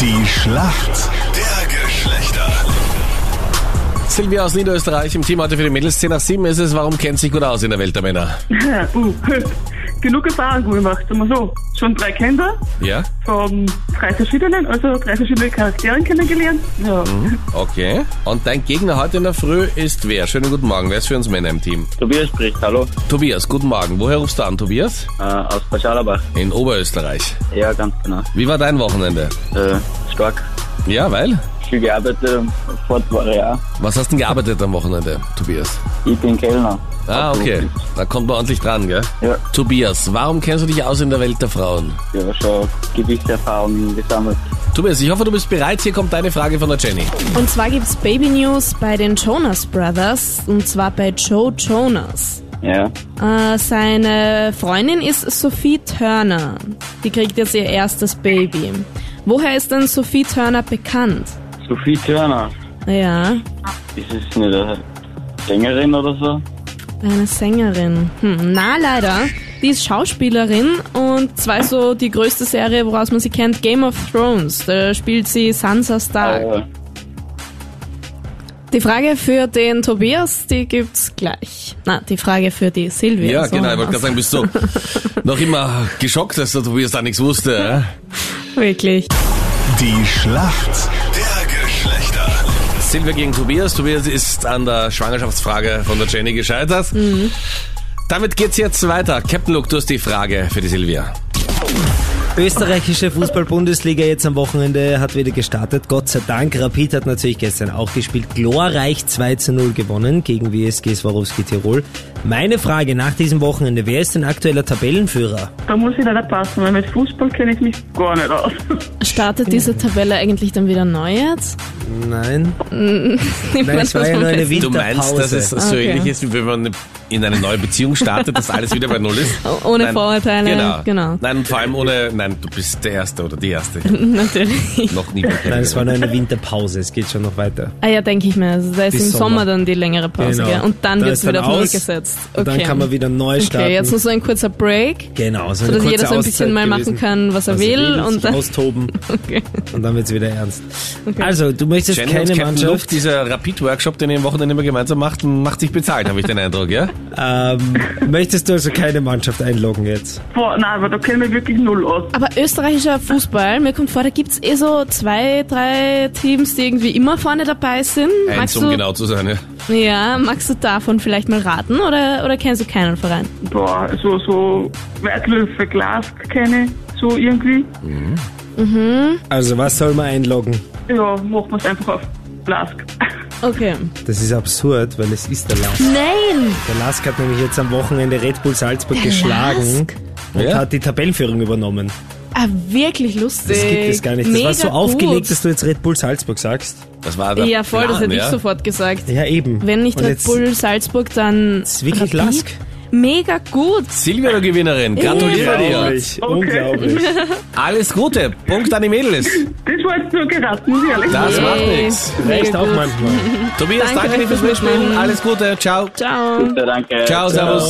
Die Schlacht der Geschlechter. Silvia aus Niederösterreich im Team heute für die Mädels. 10 nach 7 ist es. Warum kennt sich gut aus in der Welt der Männer? Uh, genug Erfahrung gemacht, sagen wir so. Schon drei Kinder Ja? von drei verschiedenen, also drei verschiedene Charakteren kennengelernt. Ja. Okay. Und dein Gegner heute in der Früh ist wer? Schönen guten Morgen. Wer ist für uns Männer im Team? Tobias spricht, hallo, Tobias, guten Morgen. Woher rufst du an, Tobias? äh, aus Bad Scharlabach. In Oberösterreich. Ja, ganz genau. Wie war dein Wochenende? Äh, stark. Ja, weil? Viel gearbeitet und fort war ich auch. Was hast denn gearbeitet am Wochenende, Tobias? Ich bin Kellner. Ah, okay. Da kommt man ordentlich dran, gell? Ja, Tobias, warum kennst du dich aus in der Welt der Frauen? ich habe schon Gewichtserfahrungen gesammelt. Tobias, ich hoffe, du bist bereit. Hier kommt deine Frage von der Jenny. Und zwar gibt's Baby News bei den Jonas Brothers und zwar bei Joe Jonas. Ja, Äh, seine Freundin ist Sophie Turner. Die kriegt jetzt ihr erstes Baby. Woher ist denn Sophie Turner bekannt? Sophie Turner. Ja, Ist es nicht eine Sängerin oder so? eine Sängerin. Hm, na leider. Die ist Schauspielerin und zwar ist so die größte Serie, woraus man sie kennt, Game of Thrones. Da spielt sie Sansa Stark. Aber Die Frage für den Tobias, die gibt's gleich. Na, die Frage für die Silvia. Ja, So genau. Ich haben wollte gerade sagen, bist du noch immer geschockt, dass der Tobias da nichts wusste. ja? wir's. Wirklich. Die Schlacht der Geschlechter. Silvia gegen Tobias. Tobias ist an der Schwangerschaftsfrage von der Jenny gescheitert. Mhm. Damit geht's jetzt weiter. Captain Luke, du hast die Frage für die Silvia. Österreichische Fußball-Bundesliga jetzt am Wochenende hat wieder gestartet. Gott sei Dank. Rapid hat natürlich gestern auch gespielt. Glorreich 2 zu 0 gewonnen gegen WSG Swarovski Tirol. Meine Frage nach diesem Wochenende, wer ist denn aktueller Tabellenführer? Da muss ich leider passen, weil mit Fußball kenne ich mich gar nicht aus. Startet diese Tabelle eigentlich dann wieder neu jetzt? Nein. Ich Nein, meine, es war was ja man nur eine weiß. Win- Du meinst, dass es so Okay. ähnlich ist, wie wenn man in eine neue Beziehung startet, dass alles wieder bei Null ist? Ohne Nein. Vorurteile. Genau. Genau. Nein, und vor allem ohne, nein, du bist der Erste oder die Erste. Natürlich. Noch nie Nein, es war kennengelernt. nur eine Winterpause. Es geht schon noch weiter. Ah ja, denke ich mir. Also da ist Bis im Sommer. Sommer dann die längere Pause, Genau. gell? Und dann Da wird's ist dann wieder auf Null aus gesetzt. Okay. Und dann kann man wieder neu starten. Okay, jetzt nur so ein kurzer Break, genau, so eine sodass jeder kurze so ein Auszeit bisschen mal machen gewesen. kann, was er Was will. sich und dann, austoben okay. und dann wird's wieder ernst. Also, du möchtest Jenny und keine Captain Luke, Mannschaft. dieser Rapid-Workshop, den ihr am Wochenende immer gemeinsam macht, macht sich bezahlt, habe ich den Eindruck, ja? Ähm, möchtest du also keine Mannschaft einloggen jetzt? Boah, nein, aber da kenne ich mich wirklich null aus. Aber österreichischer Fußball, mir kommt vor, da gibt's eh so zwei, drei Teams, die irgendwie immer vorne dabei sind. Eins, Magst um du, genau zu sein, ja. Ja, magst du davon vielleicht mal raten oder, oder kennst du keinen Verein? Boah, so, so Weitlöfe Glas kenne ich so irgendwie. Also, was soll man einloggen? Ja, machen wir es einfach auf Blask. Okay. Das ist absurd, weil es ist der Lask. Nein! Der Lask hat nämlich jetzt am Wochenende Red Bull Salzburg geschlagen Lask? und Ja. hat die Tabellenführung übernommen. Ah, wirklich lustig. Das gibt es gar nicht. Das Äh, Mega war so gut. aufgelegt, dass du jetzt Red Bull Salzburg sagst. Das war der Ja, voll, das Plan, hätte ich ja? sofort gesagt. Ja, eben. Wenn nicht Und Red jetzt- Bull Salzburg, dann. ist Rapid. wirklich Lask. Mega gut. Silvia, du Gewinnerin, gratuliere dir. Unglaublich, unglaublich. Alles Gute, Punkt an die Mädels. Das war jetzt nur geraten, muss ich ehrlich sagen. Das macht Yay. nichts. Reicht Mega auch gut. manchmal. Tobias, Danke danke dir fürs fürs Mitspielen. Mitspielen. Alles Gute, ciao. Ciao. danke. Ciao, servus.